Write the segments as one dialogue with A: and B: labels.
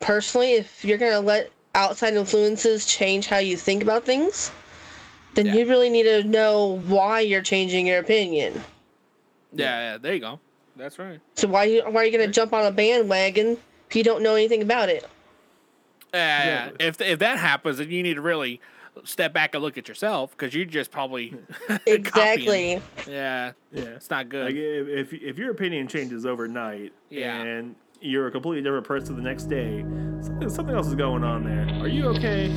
A: personally, if you're gonna let outside influences change how you think about things, then
B: Yeah.
A: you really need to know why you're changing your opinion.
B: Yeah, yeah, there you go. That's right.
A: So why you why are you gonna jump on a bandwagon if you don't know anything about it?
B: Yeah, yeah. Uh, If if that happens, then you need to really step back and look at yourself because you're just probably copying.
A: Exactly.
B: Yeah,
C: Yeah.
B: it's not good.
C: Like if, if if your opinion changes overnight,
B: Yeah.
C: and you're a completely different person the next day, something, something else is going on there. Are you okay?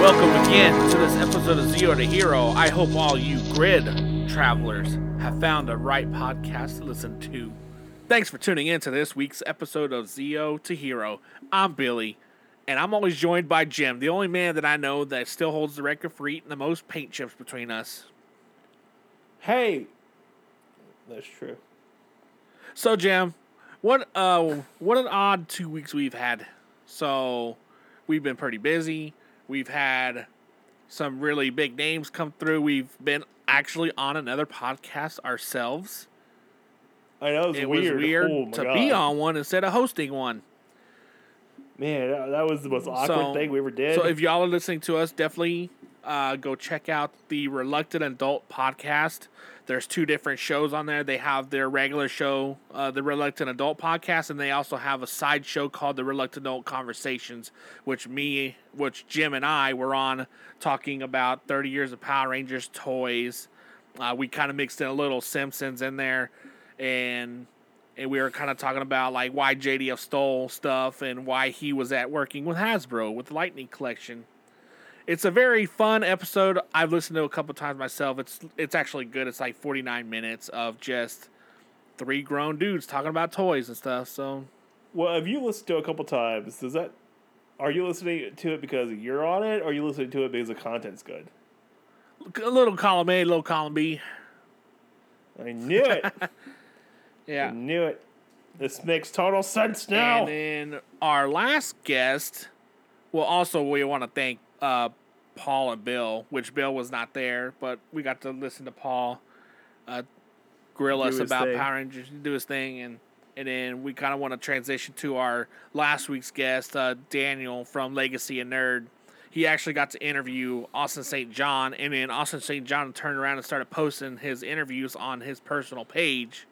B: Welcome again to this episode of Zero to Hero. I hope all you grid travelers have found the right podcast to listen to. Thanks for tuning in to this week's episode of Zero to Hero. I'm Billy, and I'm always joined by Jim, the only man that I know that still holds the record for eating the most paint chips between us.
C: Hey, that's true.
B: So Jim, what uh what an odd two weeks we've had. So we've been pretty busy. We've had some really big names come through. We've been actually on another podcast ourselves.
C: I know it's
B: It
C: weird.
B: was weird
C: Oh my
B: to
C: God.
B: be on one instead of hosting one.
C: Man, that, that was the most awkward
B: So-
C: thing we ever did.
B: So if y'all are listening to us, definitely uh, go check out the Reluctant Adult podcast. There's two different shows on there. They have their regular show, uh, the Reluctant Adult podcast, and they also have a side show called the Reluctant Adult Conversations, which me, which Jim and I were on talking about 30 years of Power Rangers toys. Uh, we kind of mixed in a little Simpsons in there, and and we were kind of talking about like why JDF stole stuff and why he was at working with Hasbro with Lightning Collection. It's a very fun episode. I've listened to it a couple times myself. It's it's actually good. It's like 49 minutes of just three grown dudes talking about toys and stuff. So
C: well, if you listened to it a couple times, does that? Are you listening to it because you're on it, or are you listening to it because the content's good?
B: a little column A, a little column B.
C: I knew it. I
B: Yeah.
C: knew it. This makes total sense now.
B: And then our last guest, well, also we want to thank uh, Paul and Bill, which Bill was not there, but we got to listen to Paul uh, grill
C: Do
B: us
C: his
B: about
C: thing.
B: Power Rangers, do his thing, and and then we kind of want to transition to our last week's guest, uh, Daniel from Legacy and Nerd. He actually got to interview Austin St. John, and then Austin St. John turned around and started posting his interviews on his personal page,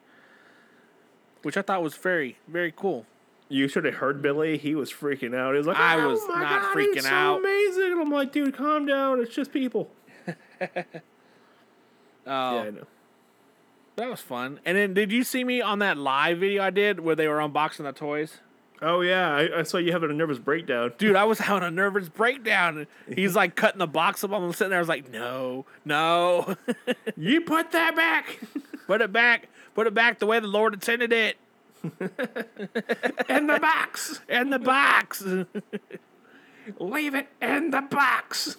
B: which I thought was very, very cool.
C: You should have heard Billy. He was freaking out. He was like,
B: I
C: "Oh
B: was
C: my
B: not
C: God,
B: freaking
C: it's so
B: out."
C: amazing. And I'm like, dude, calm down. It's just people.
B: Oh,
C: Yeah, I know.
B: that was fun. And then, did you see me on that live video I did where they were unboxing the toys?
C: Oh yeah, I, I saw you having a nervous breakdown.
B: Dude, I was having a nervous breakdown. He's like cutting the box up. I'm sitting there. I was like, no, no,
C: You put that back,
B: put it back, put it back the way the Lord intended it
C: in the box.
B: in the box.
C: Leave it in the box.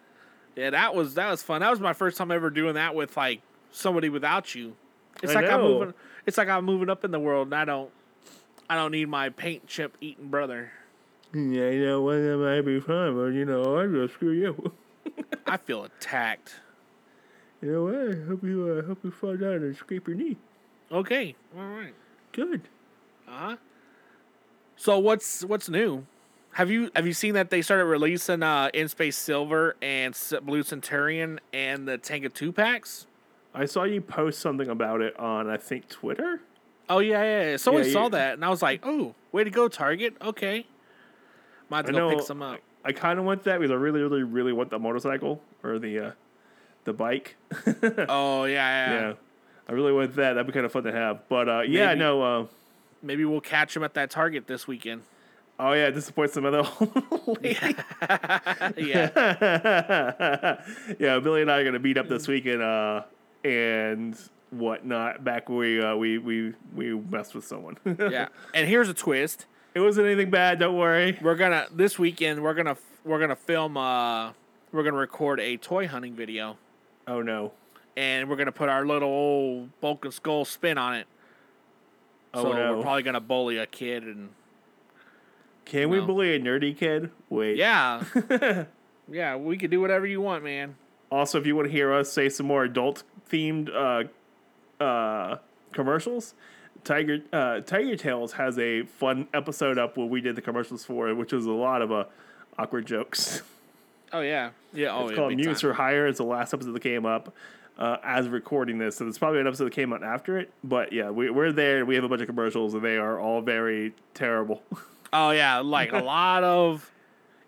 B: yeah, that was that was fun. That was my first time ever doing that with like somebody without you. It's
C: I
B: like I'm
C: know.
B: moving. It's like I'm moving up in the world, and I don't, I don't need my paint chip eating brother.
C: yeah, you know, well, that might be fine, but you know, I'm gonna screw you.
B: I feel attacked.
C: You know what? I hope you, uh, hope you fall down and scrape your knee.
B: Okay, all right.
C: Good.
B: Uh-huh. So what's what's new? Have you have you seen that they started releasing uh In Space Silver and S- Blue Centurion and the Tank of Two Packs?
C: I saw you post something about it on, I think, Twitter.
B: Oh yeah, yeah. yeah. Someone
C: Yeah,
B: saw
C: you-
B: that and I was like, oh, way to go, Target. Okay, might have to
C: I
B: go pick
C: know-
B: some up.
C: I kind of want that because I really, really, really want the motorcycle or the uh, the bike.
B: Oh yeah, yeah,
C: yeah, I really want that. That'd be kind of fun to have. But uh, yeah,
B: Maybe.
C: no. Uh,
B: Maybe we'll catch him at that Target this weekend.
C: oh yeah, disappoint some other. old lady.
B: yeah,
C: yeah, Billy and I are gonna meet up this weekend uh, and whatnot. Back when we uh, we we we messed with someone.
B: yeah. And here's a twist.
C: it wasn't anything bad. Don't worry.
B: We're gonna this weekend. We're gonna we're gonna film. uh We're gonna record a toy hunting video.
C: Oh no.
B: and we're gonna put our little old bulk and skull spin on it.
C: Oh,
B: so
C: no.
B: we're probably gonna bully a kid and
C: Can we
B: No.
C: bully a nerdy kid? Wait.
B: yeah, yeah, we could do whatever you want, man.
C: Also, if you want to hear us say some more adult themed uh, uh, commercials, Tiger uh, Tiger Tales has a fun episode up where we did the commercials for it, which was a lot of uh, awkward jokes.
B: Oh yeah, yeah. Oh,
C: It's
B: yeah,
C: called
B: big
C: Mutants
B: time.
C: for Hire. It's the last episode that came up uh, as recording this. So it's probably an episode that came out after it. But yeah, we, we're there. We have a bunch of commercials, and they are all very terrible.
B: Oh yeah, like a lot of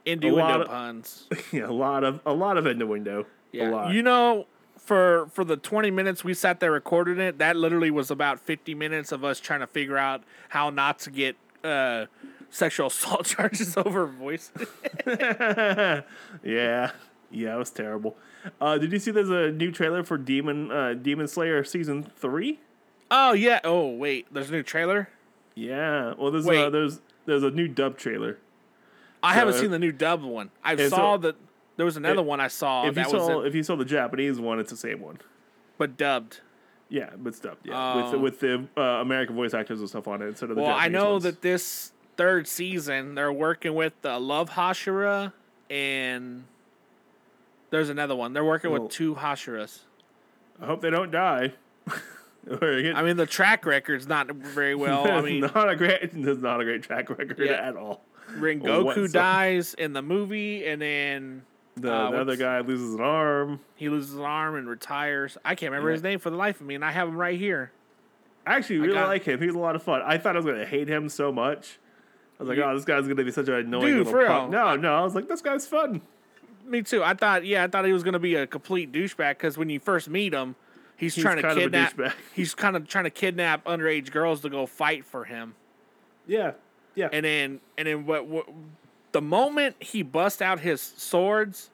B: innuendo
C: lot of-
B: puns.
C: yeah, a lot of a lot of innuendo.
B: Yeah.
C: A lot.
B: You know, for for the 20 minutes we sat there recording it, that literally was about 50 minutes of us trying to figure out how not to get uh, sexual assault charges over voice.
C: yeah, yeah, it was terrible. Uh, did you see? There's a new trailer for Demon uh, Demon Slayer season three.
B: oh yeah. Oh wait, there's a new trailer.
C: Yeah. Well, there's uh,
B: Wait.
C: there's there's a new dub trailer.
B: I haven't
C: So-
B: seen the new dub one. I
C: And
B: saw
C: so-
B: that there was another one I saw
C: If
B: Oh,
C: you
B: that
C: saw
B: was it,
C: if you saw the Japanese one, it's the same one.
B: but dubbed.
C: Yeah, but stuff. Yeah,
B: Oh.
C: with the, with the uh, American voice actors and stuff on it instead of the.
B: Well, I
C: Japanese
B: know
C: ones.
B: that this third season they're working with the Love Hashira and there's another one. They're working
C: Well-
B: with two Hashiras.
C: I hope they don't die. Or get-
B: I mean, the track record's not very well. I
C: that's
B: mean,
C: not a great. That's not a great track record
B: Yeah.
C: at all.
B: Rengoku
C: What's up?
B: dies in the movie, and then
C: The,
B: Uh,
C: the other
B: what's-
C: guy loses an arm.
B: he loses his arm and retires. I can't remember
C: Yeah.
B: his name for the life of me, and I have him right here.
C: I actually really
B: got-
C: like him. He's a lot of fun. I thought I was gonna hate him so much. I was like,
B: You-
C: oh, this guy's gonna be such an annoying
B: Dude,
C: little
B: for
C: punk.
B: real.
C: No, no, I was like, this guy's fun.
B: Me too. I thought, yeah, I thought he was gonna be a complete douchebag because when you first meet him, he's,
C: He's
B: trying to
C: kind of a
B: kidnap.
C: douchebag.
B: He's kind of trying to kidnap underage girls to go fight for him,
C: Yeah, yeah.
B: and then and then what? what the moment he bust out his swords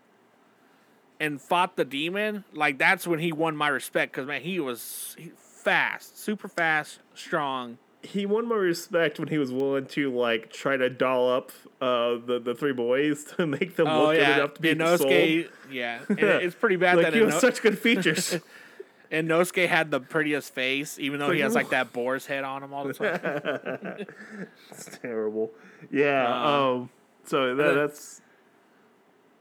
B: and fought the demon, like that's when he won my respect because man, he was he- fast, super fast, strong.
C: he won my respect when he was willing to like try to doll up uh, the the three boys to make them
B: Oh
C: look
B: yeah,
C: good enough to be
B: Inosuke.
C: sold.
B: Yeah, and it- it's pretty bad
C: like
B: that
C: he was
B: Ino-
C: such good features.
B: Inosuke had the prettiest face, even though
C: It's
B: he
C: like,
B: has like that boar's head on him all the time.
C: it's terrible. Yeah. um. So that,
B: Uh, then-
C: that's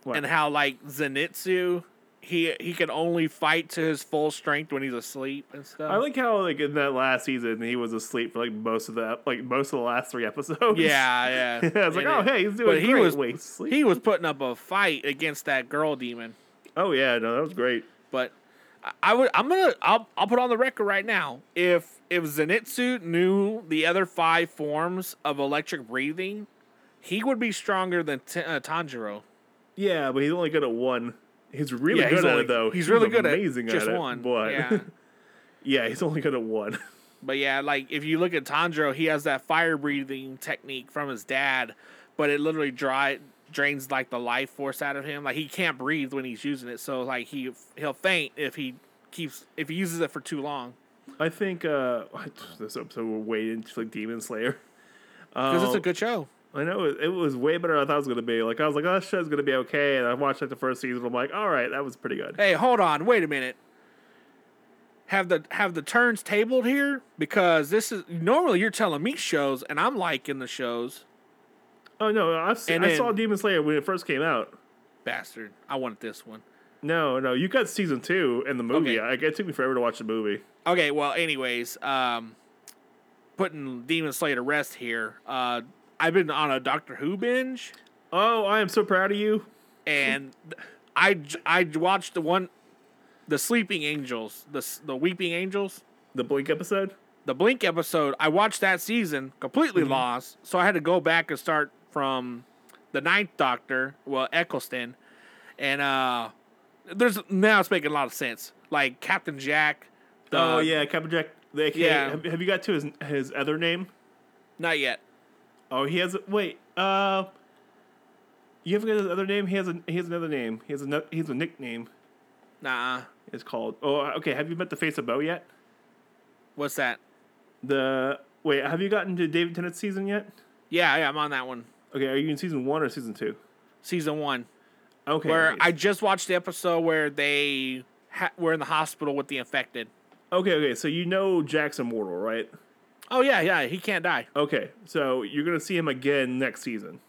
B: and how like Zenitsu, he he can only fight to his full strength when he's asleep and stuff.
C: I like how like in that last season he was asleep for like most of the like most of the last three episodes.
B: yeah, yeah.
C: I was like,
B: And
C: oh
B: it-
C: hey, he's doing
B: but he
C: great.
B: was
C: Wait, sleep.
B: he was putting up a fight against that girl demon.
C: oh yeah, no, that was great.
B: But I- I would I'm gonna I'll I'll put on the record right now. If if Zenitsu knew the other five forms of electric breathing, he would be stronger than T- uh, Tanjiro.
C: Yeah, but he's only good at one. He's really
B: Yeah,
C: good
B: he's
C: at
B: only-
C: it though.
B: he's really good at
C: amazing
B: just
C: it,
B: one,
C: But
B: yeah.
C: yeah, he's only good at one.
B: But yeah, like if you look at Tanjiro, he has that fire breathing technique from his dad, but it literally dry drains like the life force out of him. Like he can't breathe when he's using it, so like he he'll faint if he keeps if he uses it for too long
C: I think uh this episode we're way into like Demon Slayer.
B: because it's a
C: Um,
B: good show.
C: I know it, it was way better than I thought it was gonna be. Like I was like, oh, this show's gonna be okay, and I watched like the first season. I'm like, all right, that was pretty good.
B: Hey, hold on, wait a minute. Have the have the turns tabled here because this is normally you're telling me shows and I'm liking the shows,
C: Oh no, I've seen,
B: And
C: I
B: then-
C: saw Demon Slayer when it first came out.
B: bastard. I wanted this one.
C: No, no, you got season two and the movie.
B: Okay.
C: Like, it took me forever to watch the movie.
B: Okay, well, anyways, um, putting Demon Slayer to rest here. Uh, I've been on a Doctor Who binge,
C: Oh, I am so proud of you.
B: and I j- I watched the one, the Sleeping Angels, the s- the Weeping Angels,
C: The Blink episode.
B: the Blink episode. I watched that season, completely lost, so I had to go back and start from the Ninth Doctor, well Eccleston, and uh, there's now it's making a lot of sense. Like Captain Jack. The,
C: oh yeah, Captain Jack. The AKA,
B: yeah.
C: Have, have you got to his his other name?
B: Not yet.
C: Oh, he has. a Wait. Uh, you haven't got his other name. He has a. He has another name. He has a. He has a nickname.
B: Nah.
C: It's called. Oh, okay. Have you met the face of Bo yet?
B: What's that?
C: The wait. Have you gotten to David Tennant's season yet?
B: Yeah, yeah, I'm on that one.
C: Okay. Are you in season one or season two?
B: Season one,
C: Okay.
B: where I
C: nice.
B: just watched the episode where they ha- were in the hospital with the infected.
C: Okay. Okay. So you know Jack's immortal, right?
B: Oh yeah, yeah, he can't die.
C: Okay. So you're gonna see him again next season,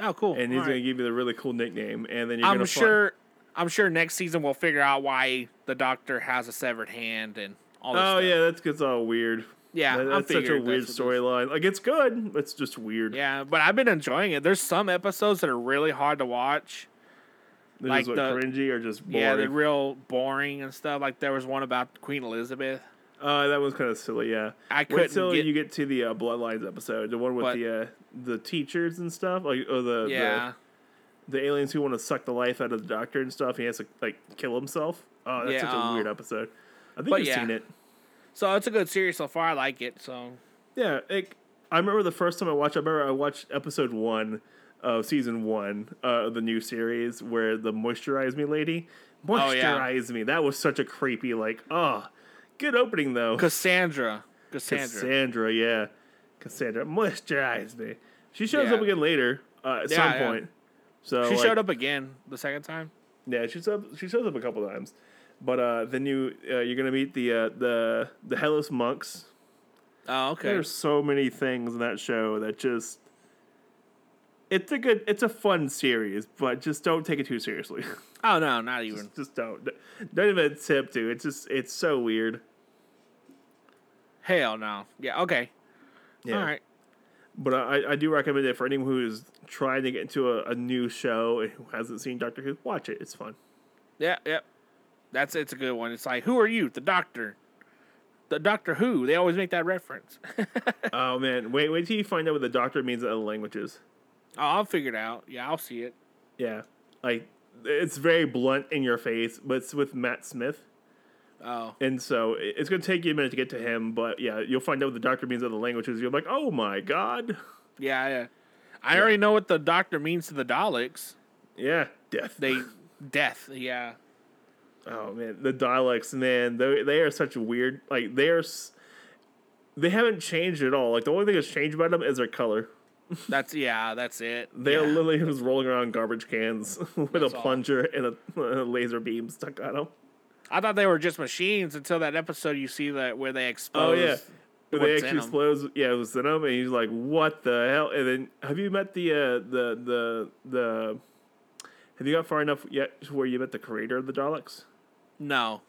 B: Oh cool.
C: and he's
B: All
C: gonna
B: right.
C: give you the really cool nickname, and then you're
B: I'm
C: gonna.
B: sure. I'm sure next season we'll figure out why the doctor has a severed hand and all this
C: Oh
B: stuff.
C: yeah, that's gets all weird.
B: Yeah,
C: That-
B: I
C: that's such a
B: figured
C: weird
B: that's what it is.
C: storyline. Like it's good, it's just weird.
B: Yeah, but I've been enjoying it. There's some episodes that are really hard to watch.
C: They're
B: like
C: just what,
B: the-
C: cringy or just boring.
B: Yeah, they're real boring and stuff. Like there was one about Queen Elizabeth.
C: uh, that was kind of silly. Yeah,
B: I
C: Wait
B: couldn't
C: till
B: get-
C: you get to the uh, Bloodlines episode, the one with
B: But-
C: the uh, the teachers and stuff, like oh the
B: yeah,
C: the, the aliens who want to suck the life out of the doctor and stuff. He has to like kill himself. Oh, that's
B: Yeah,
C: such a
B: oh.
C: weird episode. I think
B: But
C: you've
B: yeah.
C: seen it.
B: so it's a good series so far. I like it. So
C: Yeah, it, I remember the first time I watched. I remember I watched episode one of season one uh, of the new series where the moisturize me lady
B: Oh, yeah.
C: moisturize me. That was such a creepy like. Oh, good opening though.
B: Cassandra, Cassandra.
C: Cassandra, yeah, Cassandra moisturize me. She shows
B: Yeah.
C: up again later uh, at
B: Yeah,
C: some
B: yeah.
C: point. So
B: she
C: like,
B: showed up again the second time.
C: Yeah, she shows up. She shows up a couple times, but uh, then you uh, you're gonna meet the uh, the the Hellas monks.
B: Oh, okay.
C: There's so many things in that show that just it's a good it's a fun series, but just don't take it too seriously.
B: oh no, not even.
C: just don't don't even attempt to. It's just it's so weird.
B: Hell no. Yeah. Okay.
C: Yeah.
B: All right.
C: But I, I do recommend it for anyone who is trying to get into a, a new show and who hasn't seen Doctor Who. Watch it; it's fun.
B: Yeah. Yep. That's it's a good one. It's like who are you? The Doctor. The Doctor Who. They always make that reference. oh,
C: oh man, wait wait till you find out what the Doctor means in other languages.
B: Oh, I'll figure it out. Yeah, I'll see it.
C: Yeah, like it's very blunt in your face, but it's with Matt Smith.
B: Oh.
C: And so it- it's going to take you a minute to get to him, but yeah, you'll find out what the doctor means of the languages. You'll be like, oh my god.
B: Yeah, yeah. I already know what the doctor means to the Daleks.
C: Yeah, death.
B: They death. Yeah.
C: oh man, the Daleks, man, they they are such weird. Like they are, s- they haven't changed at all. Like the only thing that's changed about them is their color.
B: That's yeah. That's it.
C: They
B: yeah.
C: are literally just rolling around garbage cans with
B: That's
C: a
B: all.
C: plunger and a, a laser beam stuck on them.
B: I thought they were just machines until that episode you see that where they
C: Oh
B: expose.
C: yeah. But they
B: what's in
C: actually
B: 'em.
C: explodes. Yeah, it was in him, and he's like, "What the hell?" And then, have you met the uh, the the the? Have you got far enough yet to where you met the creator of the Daleks?
B: No.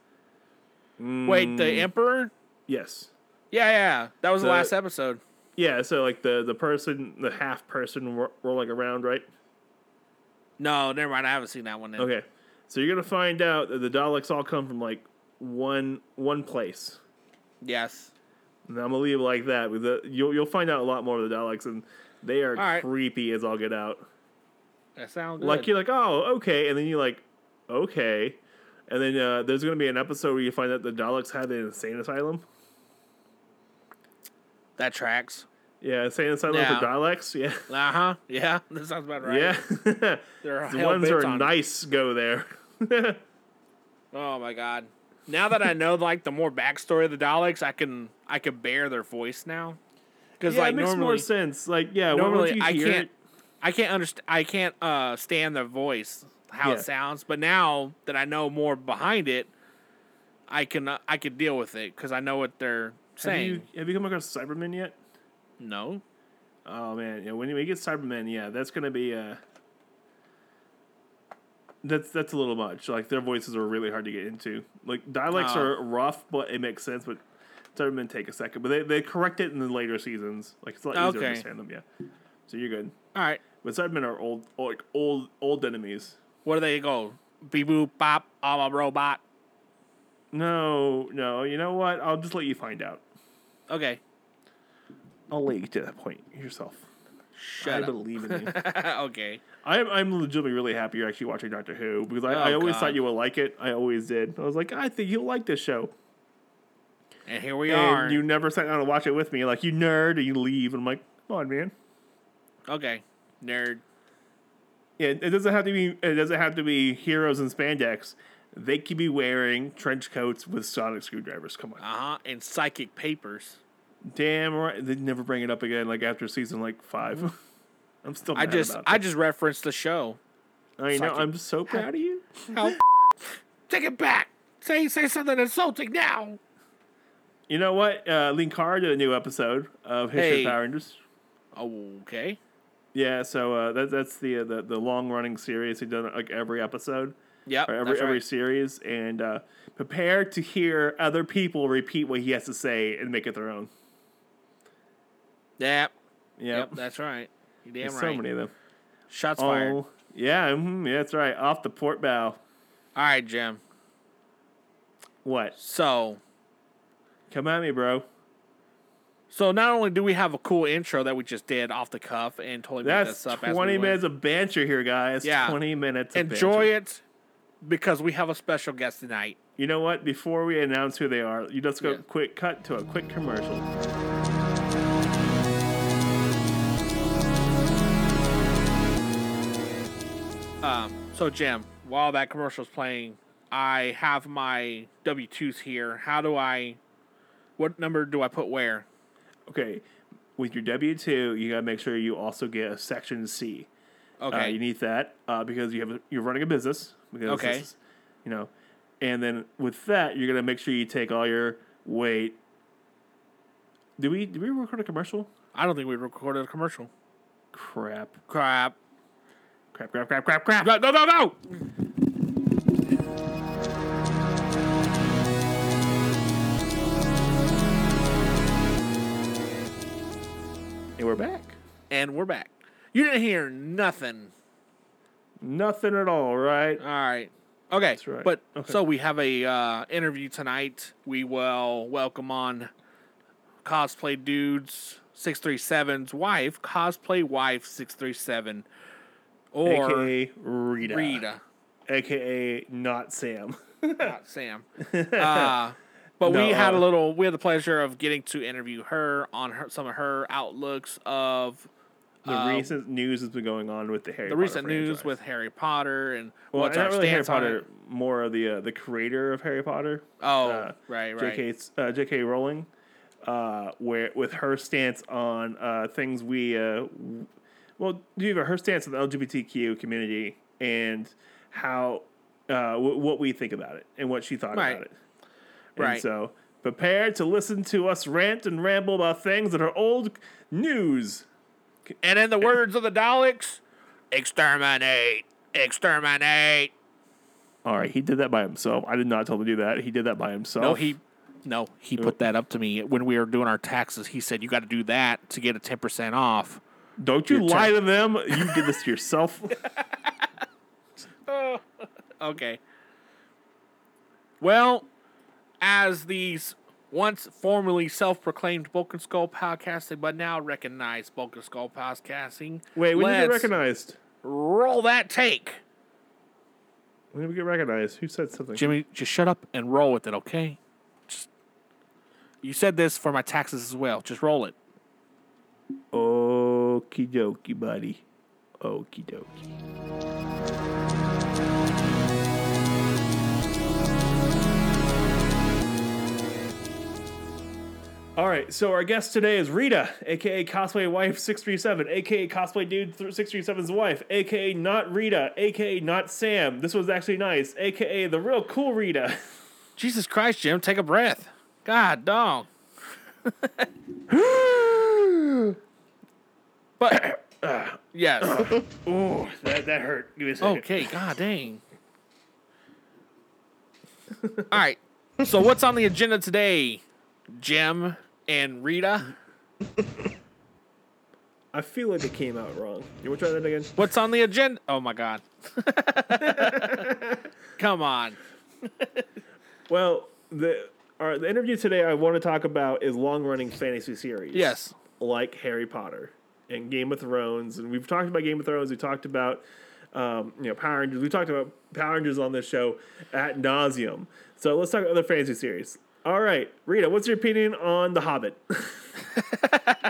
B: Wait, the Emperor.
C: Yes.
B: Yeah, yeah. That was the,
C: Mm. The-
B: last episode.
C: Yeah. So like the the person, the half person ro- rolling around, right?
B: No, never mind. I haven't seen that one. Then.
C: Okay. So you're gonna find out that the Daleks all come from like one one place.
B: Yes.
C: And I'm gonna leave it like that. With the, you'll you'll find out a lot more of the Daleks, and they are
B: right.
C: creepy as all get out.
B: That sounds good.
C: like you're like oh okay and then you're like okay and then uh, there's going to be an episode where you find out the daleks have an insane asylum
B: that tracks.
C: yeah insane asylum
B: Yeah.
C: for daleks yeah
B: Uh huh. Yeah. That sounds about right.
C: yeah
B: They're
C: the
B: hell
C: ones who
B: bent
C: are
B: on-
C: nice go there
B: Oh my god. Now that I know like the more backstory of the Daleks, I can I can bear their voice now. Because
C: yeah
B: like
C: it makes
B: normally,
C: more sense like yeah when- once
B: normally
C: you
B: I
C: hear
B: can't
C: it-
B: I can't understand I can't uh stand their voice how
C: Yeah.
B: it sounds. But now that I know more behind it, I can uh, I can deal with it because I know what they're
C: have
B: saying.
C: you, have you come across cybermen yet
B: No.
C: oh man yeah when we get cybermen yeah that's going to be uh that's that's a little much. Like their voices are really hard to get into. Like dialects
B: Oh.
C: are rough, but it makes sense. But Cybermen take a second. But they, they correct it in the later seasons. Like it's a lot easier to
B: Okay.
C: understand them. Yeah, so you're good.
B: All right.
C: But Cybermen are old, old like old old enemies.
B: Where do they go? Beep boop bop. I'm a robot.
C: No, no. You know what? I'll just let you find out.
B: Okay.
C: I'll let you get to that point yourself.
B: Shut
C: I believe in you.
B: up. okay.
C: I'm I'm legitimately really happy you're actually watching Doctor Who because I, I
B: Oh,
C: always thought
B: God.
C: you would like it. I always did. I was like, I think you'll like this show.
B: And here we are.
C: and you never sat down to watch it with me. Like you nerd, and you leave. And I'm like, come on, man.
B: Okay. Nerd.
C: Yeah, it doesn't have to be. It doesn't have to be heroes in spandex. They could be wearing trench coats with sonic screwdrivers. Come on,
B: Uh huh. And psychic papers.
C: damn right. They never bring it up again. Like after season like five, I'm still.
B: Mm. I
C: Mad
B: just
C: about
B: I
C: that.
B: just referenced the show.
C: I know.
B: psychic-
C: I'm so proud of you.
B: How take it back. Say say something insulting now.
C: You know what? Uh, Linkar did a new episode of History
B: Hey.
C: of Power Rangers.
B: Okay.
C: Yeah, so uh, that, that's the, uh, the the long running series. He done like every episode.
B: Yep.
C: or every
B: that's right.
C: every series, and uh, prepare to hear other people repeat what he has to say and make it their own.
B: Yep.
C: Yep,
B: Yep. That's right. You're damn
C: There's
B: right.
C: so many of them.
B: Shots fired.
C: Oh, yeah, mhm, yeah, that's right. Off the port bow.
B: All right, Jim.
C: What?
B: So,
C: Come at me, bro.
B: so not only do we have a cool intro that we just did off the cuff and totally made
C: That's
B: this up. as we
C: twenty
B: went.
C: minutes of banter here, guys.
B: Yeah.
C: twenty minutes. Of
B: Enjoy
C: banter.
B: it because we have a special guest tonight.
C: You know what? Before we announce who they are, you just go
B: Yeah.
C: quick cut to a quick commercial.
B: Um, so Jim, while that commercial's playing, I have my W twos here. How do I? What number do I put where?
C: Okay, with your W two, you gotta make sure you also get a section C.
B: Okay.
C: Uh, you need that uh, because you have a, you're running a business. Because
B: Okay.
C: this is- you know, and then with that, you're gonna make sure you take all your weight. Do we do we record a commercial?
B: I don't think we recorded a commercial.
C: Crap!
B: Crap.
C: Crap! Crap! Crap! Crap! Crap!
B: No, no, no, no.
C: And we're back.
B: And we're back. You didn't hear nothing.
C: Nothing at all, right?
B: All right. Okay. That's
C: right.
B: But
C: Okay.
B: so we have a uh, interview tonight. We will welcome on cosplay dudes 637's wife, cosplay wife 637 or
C: AKA Rita.
B: Rita,
C: AKA not Sam.
B: not Sam. Uh, but we
C: No,
B: had a
C: uh,
B: little we had the pleasure of getting to interview her on her, some of her outlooks of
C: The recent news has been going on with the Harry.
B: Um, the
C: Potter
B: recent news
C: franchise.
B: with Harry Potter and
C: well,
B: what's
C: not
B: our
C: really Harry
B: stance on
C: Potter,
B: it.
C: more of the uh, the creator of Harry Potter.
B: Oh,
C: uh,
B: right, right.
C: J.K. 's- Uh, J.K. Rowling, uh, where with her stance on uh, things we, uh, w- well, do you have her stance on the LGBTQ community and how uh, w- what we think about it and what she thought
B: Right.
C: about it.
B: Right.
C: And so prepare to listen to us rant and ramble about things that are old news.
B: And in the words of the Daleks, exterminate, exterminate.
C: All right, he did that by himself. I did not tell him to do that. He did that by himself.
B: No, he, no, he put that up to me when we were doing our taxes. He said you got to do that to get a ten percent off.
C: Don't you
B: Your
C: lie to them. You did this to yourself.
B: Okay. Well, as these once formerly self-proclaimed Bulk and Skull podcasting, but now recognized Bulk and Skull podcasting.
C: Wait, when did you get
B: let's
C: recognized?
B: roll that take,
C: When did we get recognized? Who said something?
B: Jimmy. Just shut up and roll with it, okay? Just, you said this for my taxes as well. Just roll it.
C: Okie dokie, buddy. Okie dokie. All right, so our guest today is Rita, aka Cosplay Wife 637, aka Cosplay Dude th- 637's wife, aka not Rita, aka not Sam. This was actually nice, aka the real cool Rita.
B: Jesus Christ, Jim, take a breath. God, dog. but yes,
C: Ooh, that, that hurt. Give me a second.
B: okay. God dang. All right. So what's on the agenda today, Jim and Rita?
C: I feel like it came out wrong. You want to try that again?
B: What's on the agenda? Oh my God. Come on.
C: Well, the our, the interview today I want to talk about is long running fantasy series.
B: Yes.
C: like Harry Potter and Game of Thrones, and we've talked about Game of Thrones. We talked about um, you know Power Rangers. We talked about Power Rangers on this show at nauseum. So let's talk about other fantasy series. All right, Rita, what's your opinion on The Hobbit?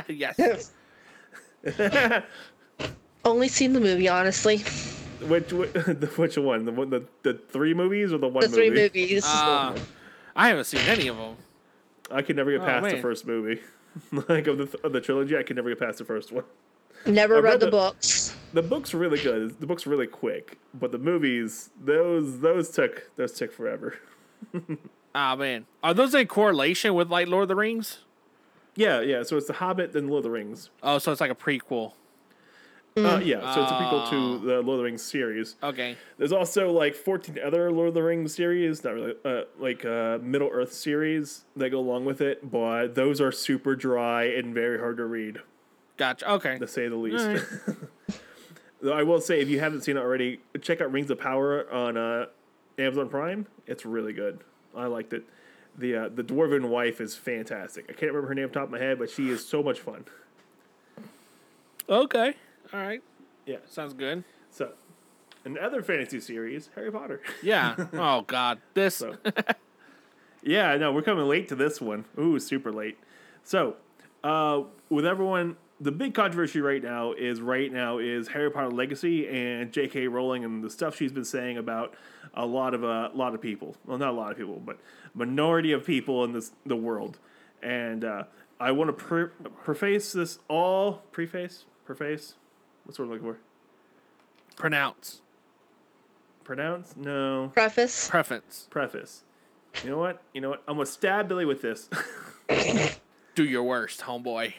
B: Yes.
A: Only seen the movie, honestly.
C: which which, which one? The one the, the three movies or the one
A: The
C: movie?
A: three movies.
B: Uh, I haven't seen any of them.
C: I could never get past the
B: Oh, man.
C: first movie. like of the of the trilogy, I could never get past the first one.
A: Never read,
C: read
A: the,
C: the-
A: books.
C: The book's really good. The book's really quick, but the movies those those took those took forever.
B: Ah man, are those in correlation with like Lord of the Rings?
C: Yeah, yeah. So it's The Hobbit, then Lord of the Rings.
B: Oh, so it's like a prequel.
C: Uh, yeah, so it's a prequel to the Lord of the Rings series.
B: Okay.
C: There's also like 14 other Lord of the Rings series, not really uh, like uh, Middle Earth series that go along with it, but those are super dry and very hard to read,
B: Gotcha. Okay.
C: to say the least. Though I will say, if you haven't seen it already, check out Rings of Power on uh, Amazon Prime. It's really good. I liked it. The uh, the dwarven wife is fantastic. I can't remember her name off the top of my head, but she is so much fun.
B: Okay. All right.
C: Yeah.
B: Sounds good.
C: So, another fantasy series, Harry Potter.
B: Yeah. oh God. This.
C: So, yeah, no, we're coming late to this one. Ooh, super late. So, uh, with everyone, the big controversy right now is right now is Harry Potter Legacy and J.K. Rowling and the stuff she's been saying about a lot of a lot of people. Well, not a lot of people, but minority of people in this the world. And uh, I want to pre- preface this all preface preface. What's what I'm looking for?
B: pronounce.
C: Pronounce? No.
A: Preface.
B: Preference.
C: Preface. You know what? You know what? I'm gonna stab Billy with this.
B: Do your worst, homeboy.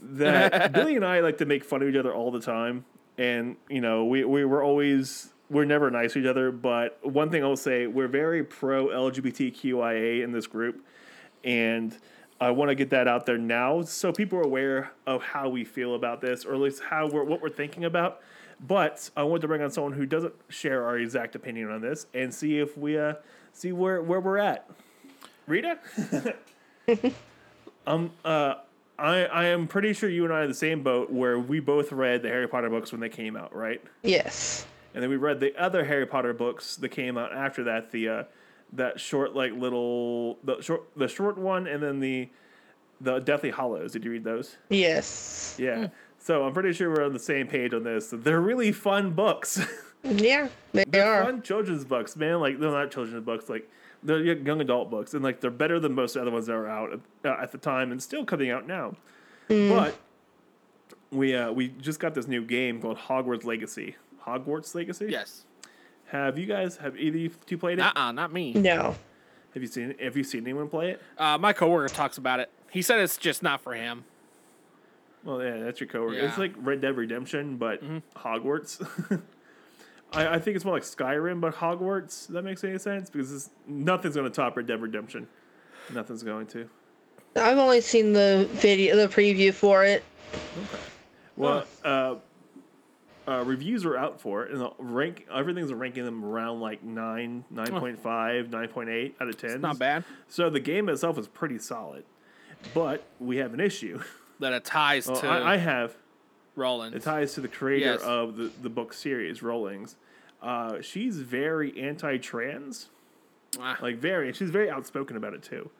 C: that Billy and I like to make fun of each other all the time, and you know we we were always we're never nice to each other. But one thing I'll say, we're very pro LGBTQIA in this group, and I want to get that out there now so people are aware of how we feel about this, or at least how we're what we're thinking about. But I want to bring on someone who doesn't share our exact opinion on this and see if we uh, see where where we're at. Rita. um. Uh. I, I am pretty sure you and I are in the same boat where we both read the Harry Potter books when they came out, right?
A: Yes.
C: And then we read the other Harry Potter books that came out after that, the uh, that short like little the short the short one and then the the Deathly Hollows. Did you read those?
A: Yes.
C: Yeah. So I'm pretty sure we're on the same page on this. They're really fun books.
A: Yeah, they are.
C: fun children's books, man. Like they're not children's books, like they're y- young adult books, and like they're better than most other ones that are out uh, at the time and still coming out now. But we uh, we just got this new game called Hogwarts Legacy. Hogwarts Legacy.
B: Yes.
C: Have you guys have either of you two played it?
B: Uh uh not me.
A: No.
C: Have you seen Have you seen anyone play it?
B: Uh, my coworker talks about it. He said it's just not for him.
C: Well, yeah, that's your coworker. It's
B: Yeah.
C: like Red Dead Redemption, but Hogwarts. I, I think it's more like Skyrim, but Hogwarts. If that makes any sense because it's, nothing's going to top Red Dead Redemption. Nothing's going to.
A: I've only seen the video, the preview for it.
C: Well, uh, uh, reviews are out for it, and the rank everything's ranking them around like 9, 9.5, 9.8 out of 10.
B: It's not bad.
C: So the game itself is pretty solid, but we have an issue.
B: That it ties
C: Well,
B: to
C: I, I have.
B: Roland.
C: It ties to the creator
B: Yes.
C: of the, the book series, Rowling's. Uh, she's very anti-trans,
B: Ah.
C: like very. She's very outspoken about it too.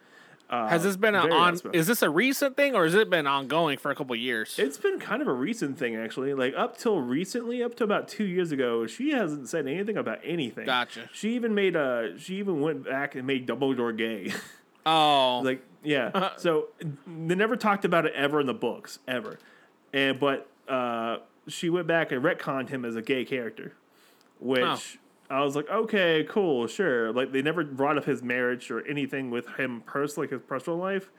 B: Has this been a
C: uh, very
B: on?
C: outspoken.
B: Is this a recent thing or has it been ongoing for a couple years?
C: It's been kind of a recent thing, actually. Like up till recently, up to about two years ago, she hasn't said anything about anything.
B: Gotcha.
C: She even made a. She even went back and made Dumbledore gay.
B: oh,
C: like yeah. so they never talked about it ever in the books ever, and but uh, she went back and retconned him as a gay character, which. I was like, okay, cool, sure. Like they never brought up his marriage or anything with him personally, like his personal life,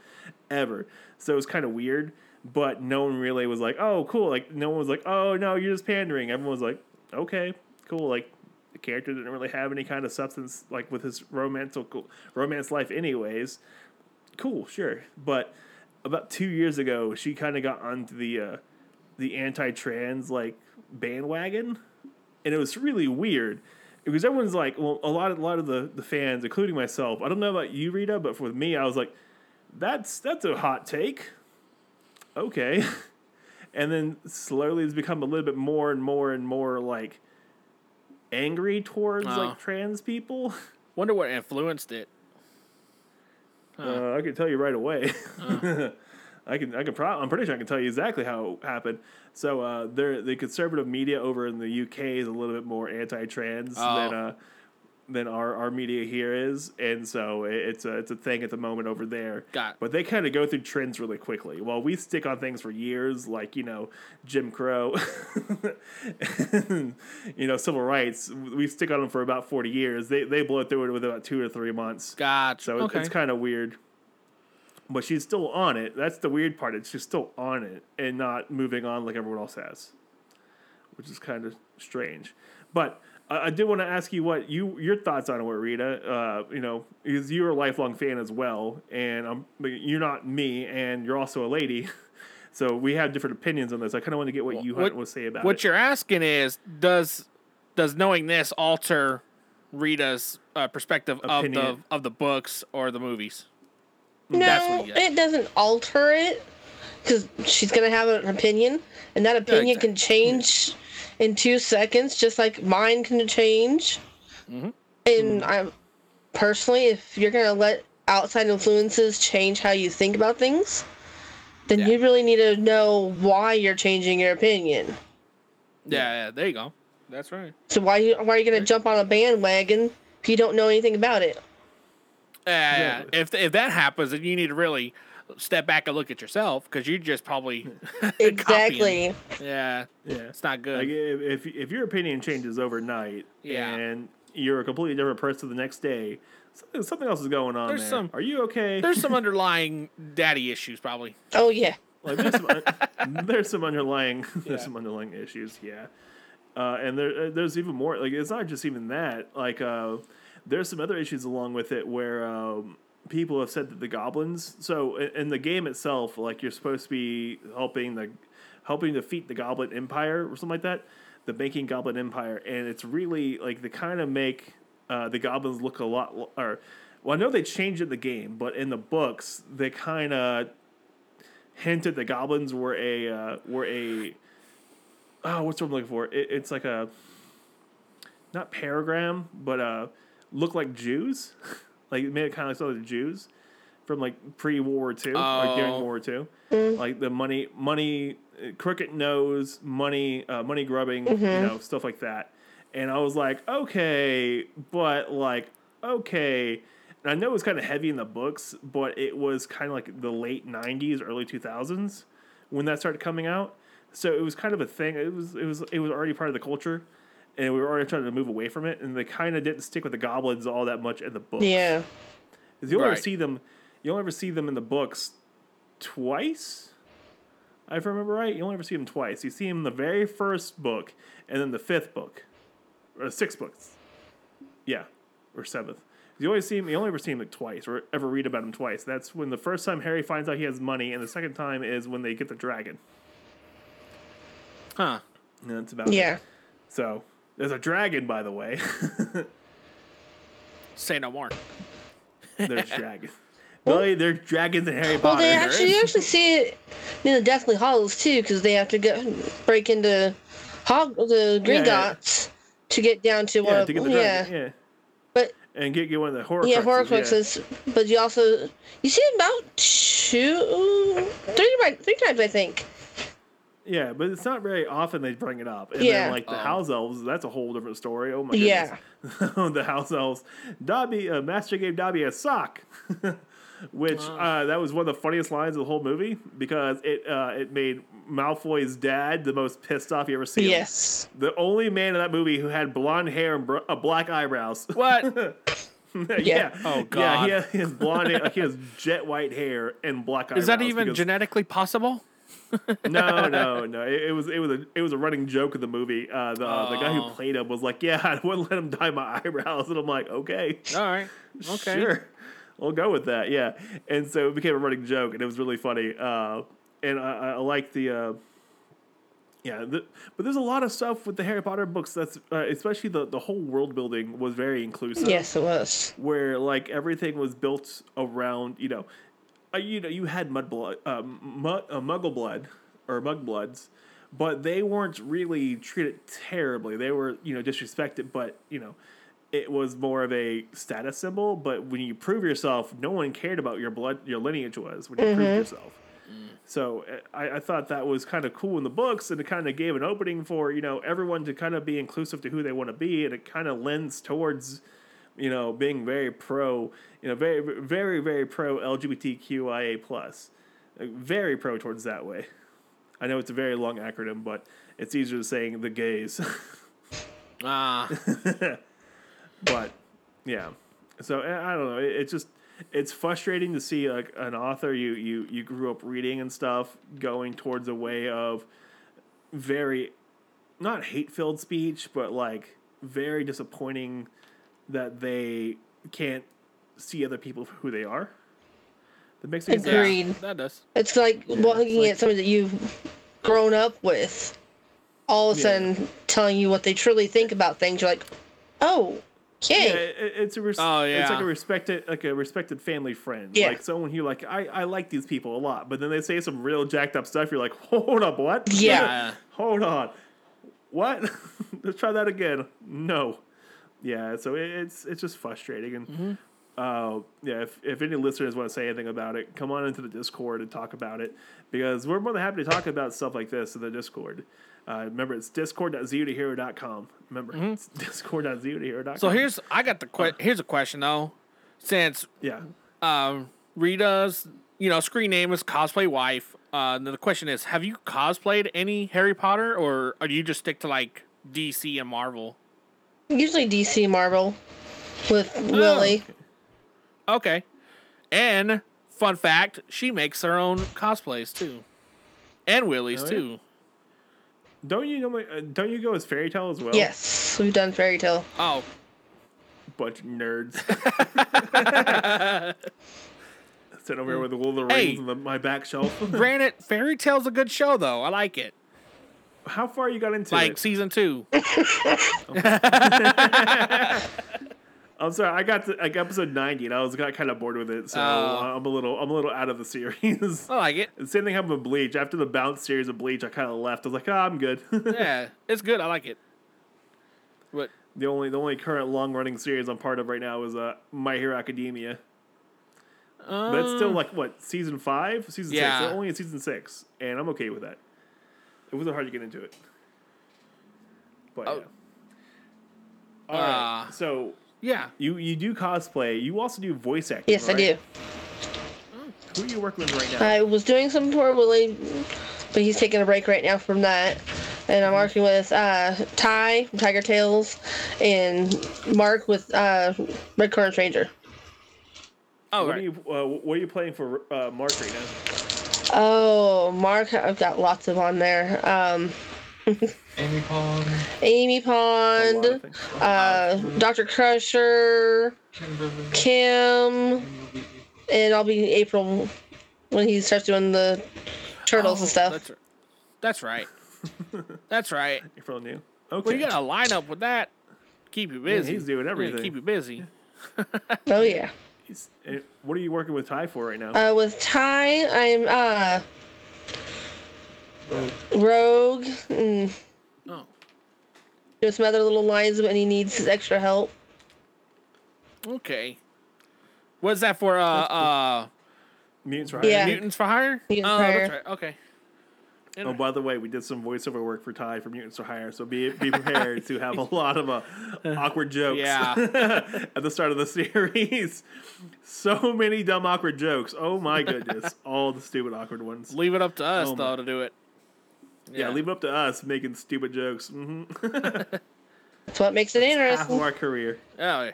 C: ever. So it was kind of weird. But no one really was like, oh, cool. Like no one was like, oh no, you're just pandering. Everyone was like, okay, cool. Like the character didn't really have any kind of substance like with his romantical romance life, anyways. Cool, sure. But about two years ago, she kind of got onto the uh, the anti-trans like bandwagon and it was really weird because everyone's like, well, a lot, a lot of the, the fans, including myself. I don't know about you, Rita, but for me, I was like, that's that's a hot take. Okay, and then slowly it's become a little bit more and more and more like angry towards
B: Oh.
C: like trans people.
B: wonder what influenced it.
C: Uh, I can tell you right away. I can, I can probably, I'm pretty sure I can tell you exactly how it happened. So, uh, there, the conservative media over in the UK is a little bit more anti-trans than,
B: Oh.
C: uh, than our, our media here is, and so it, it's a it's a thing at the moment over there.
B: Got it.
C: But they kind of go through trends really quickly. While we stick on things for years, like you know Jim Crow, you know civil rights, we stick on them for about forty years. They they blow through it with about two or three months.
B: Gotcha.
C: So it-
B: okay.
C: it's kind of weird. But she's still on it. That's the weird part. It's she's still on it and not moving on like everyone else has. which is kind of strange. But I, I did want to ask you what you your thoughts on it were, Rita. Uh, you know, because you're a lifelong fan as well, and I'm, but you're not me, and you're also a lady. So we have different opinions on this. I kind of want to get what you
B: What-
C: had to say about
B: what
C: it.
B: you're asking is does does knowing this alter Rita's uh, perspective of
C: Opinion.
B: the of the books or the movies? That's
A: No,
B: what you get.
A: it doesn't alter it because she's gonna have an opinion, and that opinion can change in two seconds, just like mine can change.
B: Mm-hmm.
A: And I personally, if you're gonna let outside influences change how you think about things, then
B: Yeah.
A: you really need to know why you're changing your opinion.
B: Yeah, yeah, there you go. That's right.
A: So why you why are you gonna jump on a bandwagon if you don't know anything about it?
B: Yeah, yeah. if if that happens, then you need to really step back and look at yourself because you just probably
A: Exactly.
B: yeah,
C: Yeah.
B: it's not
C: Like
B: good.
C: if if- if your opinion changes overnight,
B: Yeah.
C: and you're a completely different person the next day, something, something else is going on.
B: There's
C: there.
B: some-
C: Are you okay?
B: There's some underlying daddy issues probably.
A: Oh yeah.
C: Like, there's, some uh, there's some underlying there's
B: Yeah.
C: some underlying issues. Yeah, uh, and there uh, there's even more. Like it's not just even that. Like uh, there's some other issues along with it where. Um, People have said that the goblins. So i- in the game itself, like you're supposed to be helping the, helping defeat the Goblin Empire or something like that, the Banking Goblin Empire, and it's really like they kind of make uh, the goblins look a lot. l- Or, well, I know they changed it in the game, but in the books they kind of hinted the goblins were a uh, were a oh what's what I'm looking for? It, it's like a not paragram, but uh, look like Jews, like it made it kind of like the Jews from like pre World War Two, like during
B: Oh.
C: World War Two, like the money money uh, crooked nose, money uh, money grubbing, you know stuff like that. And I was like, okay, but like okay. And I know it was kind of heavy in the books, but it was kind of like the late '90s, early 2000s when that started coming out. So it was kind of a thing. It was it was it was already part of the culture, and we were already trying to move away from it. And they kind of didn't stick with the goblins all that much in the books.
A: Yeah.
C: 'Cause you'll never
B: Right.
C: see them. You'll never see them in the books twice. If I remember right, you'll never see them twice. You see them in the very first book, and then the fifth book, or sixth books. Yeah, or seventh. You always see him. You only ever see him like twice, or ever read about him twice. That's when the first time Harry finds out he has money, and the second time is when they get the dragon.
B: Huh.
C: And that's about it.
A: Yeah.
C: So there's a dragon, by the way.
B: Say no more.
C: there's dragons. Billy, there's dragons in Harry
A: Well,
C: Potter.
A: they actually you actually see it in the Deathly Hollows too, because they have to go break into Hog the
C: Yeah,
A: Green
C: yeah.
A: to get down to one.
C: yeah,
A: of,
C: to get the
A: yeah.
C: dragon. Yeah.
A: but
C: and get, get one of the horror.
A: yeah,
C: Yeah.
A: Horcruxes. But you also you see about two, three, right, three times I think.
C: Yeah, but it's not very often they bring it up. And
A: Yeah.
C: then like the
B: Oh.
C: house elves, that's a whole different story. Oh my
A: Yeah.
C: goodness. the house elves, Dobby, uh, Master gave Dobby a sock, which uh, that was one of the funniest lines of the whole movie because it uh, it made Malfoy's dad the most pissed off you ever see. him.
A: Yes.
C: the only man in that movie who had blonde hair and br- uh, black eyebrows.
B: What?
C: yeah.
B: Oh,
C: Yeah,
B: God.
C: he has, he has blonde hair. Like, he has jet white hair and black eyebrows.
B: Is that even
C: because-
B: genetically possible?
C: no, no, no. It, it was it was a it was a running joke of the movie. Uh, the the guy who
B: Oh.
C: played him was like, "Yeah, I wouldn't let him dye my eyebrows," and I'm like, "Okay,
B: All right. Okay.
C: sure, we'll go with that." Yeah, and so it became a running joke, and it was really funny. Uh, and I, I like the. Uh, yeah, the, but there's a lot of stuff with the Harry Potter books. That's uh, especially the, the whole world building was very inclusive
A: Yes, it was.
C: where like everything was built around you know, uh, you know you had mud blood, uh, mu- uh, muggle blood or mug bloods, but they weren't really treated terribly. They were you know disrespected, but you know it was more of a status symbol. But when you prove yourself, no one cared about your blood, your lineage was when you proved yourself. So uh, I, I thought that was kind of cool in the books, and it kind of gave an opening for you know everyone to kind of be inclusive to who they want to be, and it kind of lends towards you know being very pro, you know very very very pro LGBTQIA plus, very pro towards that way. I know it's a very long acronym, but it's easier to saying the gays.
B: Ah.
C: but yeah so i I don't know it, it's just it's frustrating to see like an author you you you grew up reading and stuff going towards a way of very not hate filled speech, but like very disappointing that they can't see other people for who they are. That makes me sad.
B: Yeah,
A: Agreed.
B: that does.
A: It's like looking
C: like-
A: at somebody that you've grown up with, all of a
C: Yeah.
A: sudden telling you what they truly think about things. You're like, oh,
C: Yeah,
A: okay,
C: it, it's a res-
B: Oh,
C: it's like
B: yeah.
C: a respected like a respected family friend.
A: Yeah.
C: Like someone who like I, I like these people a lot, but then they say some real jacked up stuff. You're like, hold up, what?
A: Yeah.
C: Hold on, what? Let's try that again. No, yeah. So it, it's it's just frustrating, and
B: Mm-hmm.
C: uh, yeah. If, if any listeners want to say anything about it, come on into the Discord and talk about it because we're more than happy to talk about stuff like this in the Discord. Uh, remember, it's discord.zerotohero.com. Remember, it's discord.zerotohero.com.
B: Mm-hmm. So here's I got the que- here's a question though, since
C: yeah.
B: um, Rita's you know screen name is cosplay wife. Uh, then the question is, have you cosplayed any Harry Potter, or, or do you just stick to like DC and Marvel?
A: usually DC Marvel with
C: Oh.
A: Willie.
B: Okay. And fun fact, she makes her own cosplays too, and Willy's
C: Oh, yeah?
B: too.
C: Don't you normally uh, don't you go as fairy tale as well?
A: Yes, we've done fairy tale.
B: Oh,
C: bunch of nerds. Sitting over here with the Lord of the
B: Hey.
C: Rings on the, my back shelf.
B: granted, Fairy Tale's a good show though. I like it.
C: How far you got into
B: Like
C: it?
B: season two.
C: I'm sorry, I got to like episode 90, and I was got kind of bored with it, so
B: Oh.
C: I'm a little I'm a little out of the series.
B: I like it.
C: The Same thing happened with Bleach. After the bounce series of Bleach, I kind of left. I was like, ah, I'm good.
B: Yeah, it's good. I like it. But
C: the only the only current long running series I'm part of right now is uh, My Hero Academia.
B: uh,
C: But it's still like what season five, season
B: Yeah.
C: six. They're only in season six, and I'm okay with that. It wasn't hard to get into it, but
B: Oh.
C: yeah. All right.
B: Uh.
C: So
B: yeah.
C: you you do cosplay. You also do voice acting.
A: Yes, I
C: right?
A: do.
C: Who are you working with right now?
A: I was doing some for Willie, but he's taking a break right now from that. And I'm working with uh, Ty from Tiger Tales and Mark with uh, Red Current Ranger.
B: Oh,
C: what
B: right.
C: are you uh, What are you playing for uh, Mark right now?
A: Oh, Mark, I've got lots of on there. Um,
D: Amy Pond,
A: Amy
C: A lot of
A: Pond,
C: things.
A: uh, Dr. Crusher,
D: Kimberly,
A: Kim,
D: Kimberly,
A: and I'll be in April when he starts doing the turtles
B: Oh,
A: and stuff.
B: That's, r- that's right. that's right.
C: April new. Okay.
B: Well, you got a lineup with that. Keep you busy.
C: he's doing
B: Yeah,
C: everything.
B: keep you busy.
A: Oh yeah.
C: He's- uh, what are you working with Ty for right now?
A: Uh, with Ty, I'm uh rogue and
B: Oh,
A: doing some other little lines when he needs extra help.
B: Oh, okay. What's that for? Uh, uh,
C: Mutants right?
A: yeah.
B: mutants for hire.
A: Mutants
B: oh,
A: for
B: that's
A: Hire.
B: right. Okay.
C: Oh, by the way, we did some voiceover work for Ty from Mutants for Hire, so be be prepared to have a lot of uh, awkward jokes. at the start of the series, so many dumb awkward jokes. Oh my goodness, all the stupid awkward ones.
B: Leave it up to us
C: Oh, my-
B: though to do it.
C: Yeah, leave it up to us making stupid jokes. hmm
A: That's what makes it
C: Half of
A: interesting.
C: our career.
B: Oh, yeah.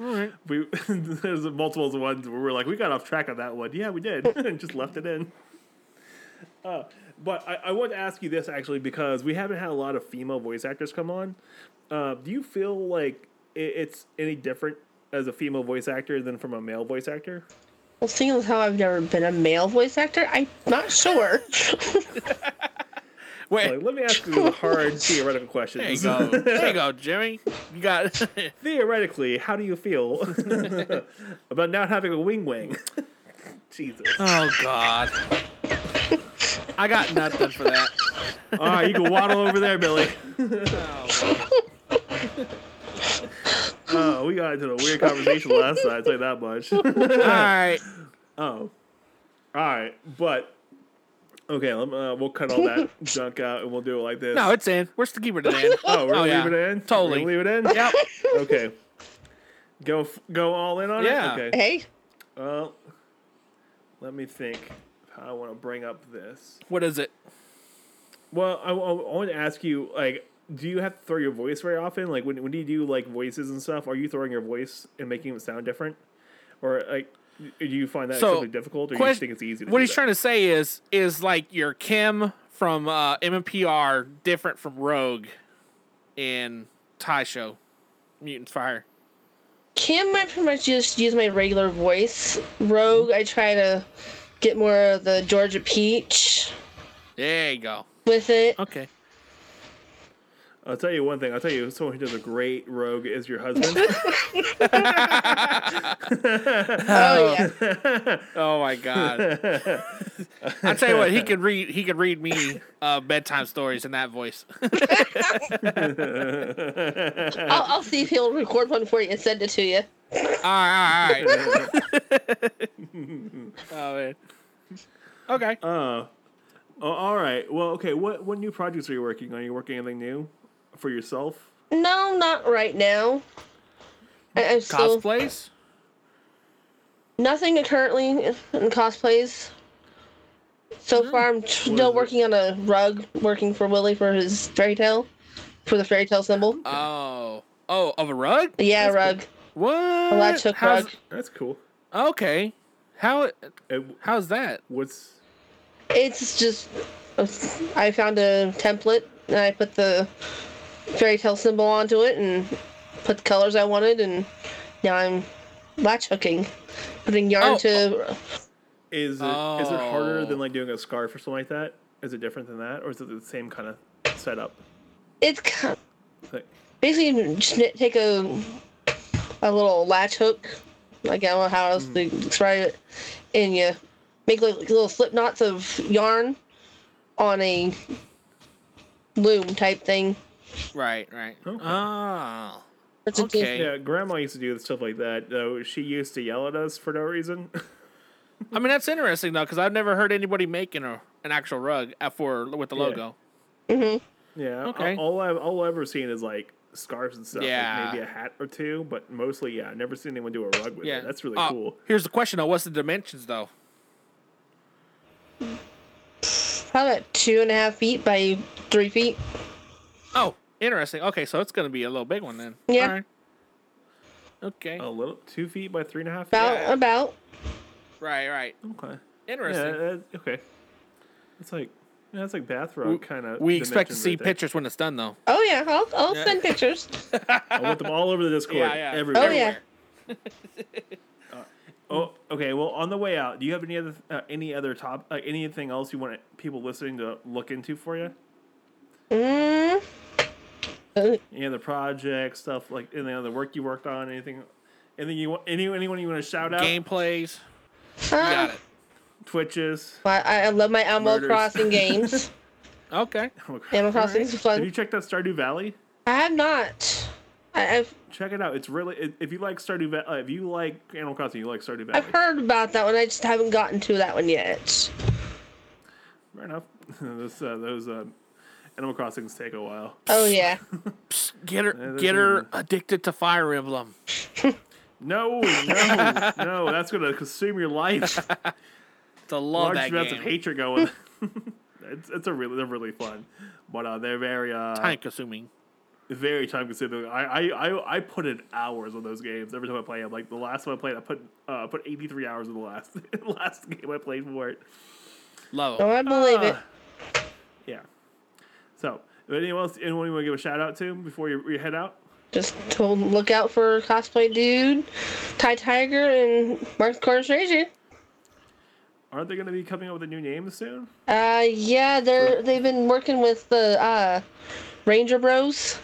B: All right.
C: We there's multiple ones where we're like, we got off track on that one. Yeah, we did, and just left it in. Uh, but I, I want to ask you this actually because we haven't had a lot of female voice actors come on. Uh, do you feel like it, it's any different as a female voice actor than from a male voice actor?
A: Well, seeing as how I've never been a male voice actor, I'm not sure.
B: Wait.
C: Like, let me ask you a hard theoretical question.
B: there you go. there you go, Jimmy. You got.
C: Theoretically, how do you feel about not having a wing wing? Jesus.
B: oh God. I got nothing for that.
C: All right, Ah, you can waddle over there, Billy. Oh, we got into a weird conversation last night. I tell you that much.
B: All right.
C: Oh. All right, but okay, let me, uh, we'll cut all that junk out and we'll do it like this.
B: No, it's in. We're still keeping it in.
C: oh, we're
B: oh,
C: gonna
B: yeah.
C: leave it in.
B: Totally.
C: We're gonna leave it in.
B: yep.
C: Okay. Go f- go all in on
B: Yeah.
C: it. Okay.
A: hey,
C: Well, let me think how I want to bring up this.
B: What is it?
C: Well, I, I, I want to ask you, like, do you have to throw your voice very often? Like, when, when do you do, like, voices and stuff? Are you throwing your voice and making it sound different? Or, like, do you find that
B: So,
C: extremely difficult? Or do you
B: quest-
C: just think it's easy to
B: what
C: do
B: he's
C: that?
B: trying to say is is like your Kim from uh, MMPR different from Rogue in Tie Show, Mutants Fire?
A: Kim, I pretty much just use my regular voice. Rogue, I try to get more of the Georgia Peach
B: There you go.
A: with it.
B: Okay.
C: I'll tell you one thing. I'll tell you someone who does a great rogue is your husband.
A: Oh yeah,
B: Oh my god! I tell you what, he could read. He could read me uh, bedtime stories in that voice.
A: I'll, I'll see if he'll record one for you and send it to you.
B: All right, all right. oh man. Okay.
C: Oh, all right. Well, okay. What what new projects are you working on? Are you working anything new for yourself?
A: No, not right now. I, I'm still
B: Cosplays.
A: nothing currently in cosplays. So far, I'm tr- still
C: it?
A: working on a rug, working for Willie for his fairy tale, for the fairy tale symbol.
B: Oh, oh, of a rug.
A: yeah, rug,
B: What?
A: a latch hook
B: How's-
A: rug.
C: That's cool.
B: Okay. How?
C: Uh,
B: How's that?
C: what's
A: It's just I found a template and I put the fairy tale symbol onto it and put the colors I wanted and now I'm latch hooking, putting yarn
B: Oh.
A: to.
C: is it? Is it harder
B: Oh.
C: than like doing a scarf or something like that? Is it different than that, or is it the same kind of setup?
A: It's ki-
C: Like,
A: basically just knit- take a a little latch hook, like I don't know how else
B: Hmm.
A: to describe it, and you make like little slip knots of yarn on a loom type thing.
B: Right. Right.
C: Okay.
B: Oh.
A: It's a
B: Okay.
C: yeah, Grandma used to do stuff like that. Though she used to yell at us for no reason.
B: I mean, that's interesting though, because I've never heard anybody making a an actual rug uh, for with the
C: Yeah.
B: logo.
C: yeah.
B: Okay.
C: All, all I've all I've ever seen is like scarves and stuff.
B: Yeah.
C: Like maybe a hat or two, but mostly yeah. I've never seen anyone do a rug with
B: Yeah.
C: it. That's really
B: Oh,
C: cool.
B: Here's the question though: What's the dimensions though?
A: Probably about two and a half feet by three feet.
B: Oh, interesting. Okay, so it's gonna be a little big one then.
A: Yeah.
B: Alright. Okay.
C: A little two feet by three and a half.
A: About
B: Yeah.
A: about.
B: Right. Right.
C: Okay.
B: Interesting.
C: Yeah. uh, That, okay. It's like yeah, that's like bathrobe kind of.
B: we expect to see pictures when it's done though.
A: Oh yeah, I'll, I'll
B: Yeah.
A: send pictures.
C: I want them all over the Discord.
B: Yeah, yeah.
C: Everywhere.
A: Oh, yeah.
C: Oh, okay. Well, on the way out, do you have any other uh, any other top uh, anything else you want people listening to look into for you?
A: Mm. Uh,
C: Any other projects, stuff like any other work you worked on, anything, anything you want, any anyone you want to shout out?
B: Gameplays.
A: uh,
B: Got it.
C: Twitches.
A: I, I love my Animal
C: Murders.
A: Crossing games.
B: Okay.
C: Oh, crap.
A: Animal Crossing is
C: Have you
A: fun.
C: checked out Stardew Valley?
A: I have not. I, I've
C: Check it out. It's really i- if you like Stardew Valley, if you like Animal Crossing, you like Stardew Valley.
A: I've heard about that one. I just haven't gotten to that one yet.
C: Fair enough. those uh, those uh, Animal Crossings take a while.
A: Oh yeah.
B: Psst, get her.
C: there's
B: Get her
C: another
B: addicted to Fire Emblem.
C: No, no, no. That's gonna consume your life.
B: To love
C: Large
B: that
C: amounts of
B: game.
C: hatred going. it's it's a really they're really fun, but uh, they're very uh,
B: Time consuming.
C: very time consuming. I, I I I put in hours on those games every time I play them. Like the last one I played, I put uh, put eighty three hours in the last last game I played for it.
B: Love
A: No,
B: it.
A: Oh, I believe it.
C: Ah. Yeah. So, anyone else? Anyone you want to give a shout out to before you, you head out?
A: Just to look out for cosplay dude, Ty Tiger, and Mark Corners Ranger.
C: Aren't they going to be coming up with a new name soon?
A: Uh, yeah, they're they've been working with the uh, Ranger Bros.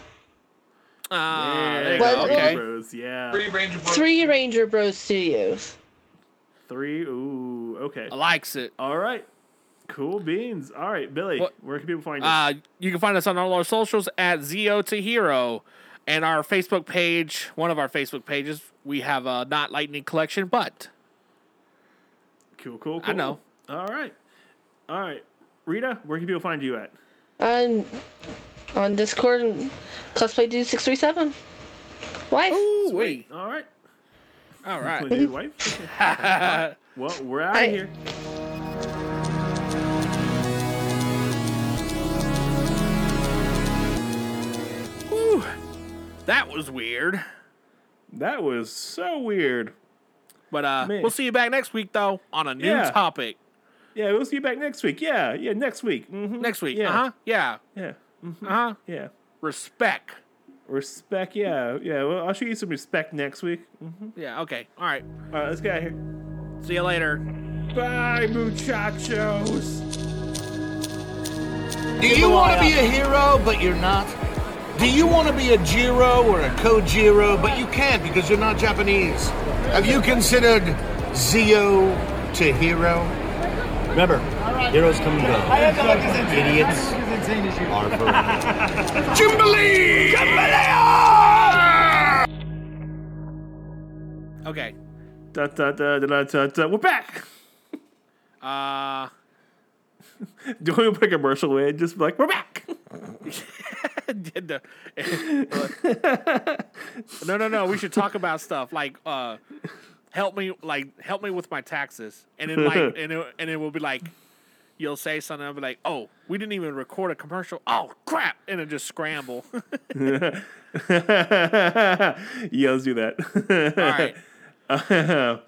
B: Ah, there you
A: Well,
B: go. Okay.
C: Bros, yeah.
D: Three Ranger Bros.
A: Three Ranger Bros Studios.
C: Three. Ooh. Okay.
B: Likes it.
C: All right. Cool beans. All right, Billy.
B: What-
C: Where can people find you?
B: Uh, you can find us on all our socials at ZO to Hero. And our Facebook page, one of our Facebook pages, we have a Not Lightning collection, but
C: cool, cool, cool.
B: I know.
C: All right. All right. Rita, where can people find you at?
A: On on Discord and cosplay dude six three seven. Wife.
B: wait.
C: All right.
B: All right.
C: Play new wife. well, we're out
A: I-
C: of here.
B: Whew. That was weird.
C: That was so weird.
B: But uh,
C: Man.
B: we'll see you back next week, though, on a new
C: Yeah.
B: topic.
C: Yeah, we'll see you back next week. Yeah, yeah, next week. hmm
B: Next week.
C: Yeah.
B: Uh huh. Yeah.
C: Yeah, mhm,
B: Uh huh.
C: yeah.
B: Respect.
C: Respect. Yeah, yeah. Well, I'll show you some respect next week. hmm
B: Yeah. Okay. All right.
C: All right, let's get out of here.
B: See you later.
C: Bye, muchachos.
E: Do you want to be a hero, but you're not? Do you want to be a Jiro or a Kojiro, but you can't because you're not Japanese? Have you considered Zio to hero? Remember, heroes come and go. Idiots are forever. Jubilee!
B: Okay.
C: Da, da, da, da, da, da, da. We're back.
B: Uh,
C: Do we put a commercial in? Just be like, we're back.
B: did the- no, no, no. We should talk about stuff like uh, help me, like help me with my taxes, and then like, and it, and it will be like, you'll say something, I'll be like, oh, we didn't even record a commercial. Oh crap! And then just scramble. All
C: yeah, let's do that.
B: right.
C: All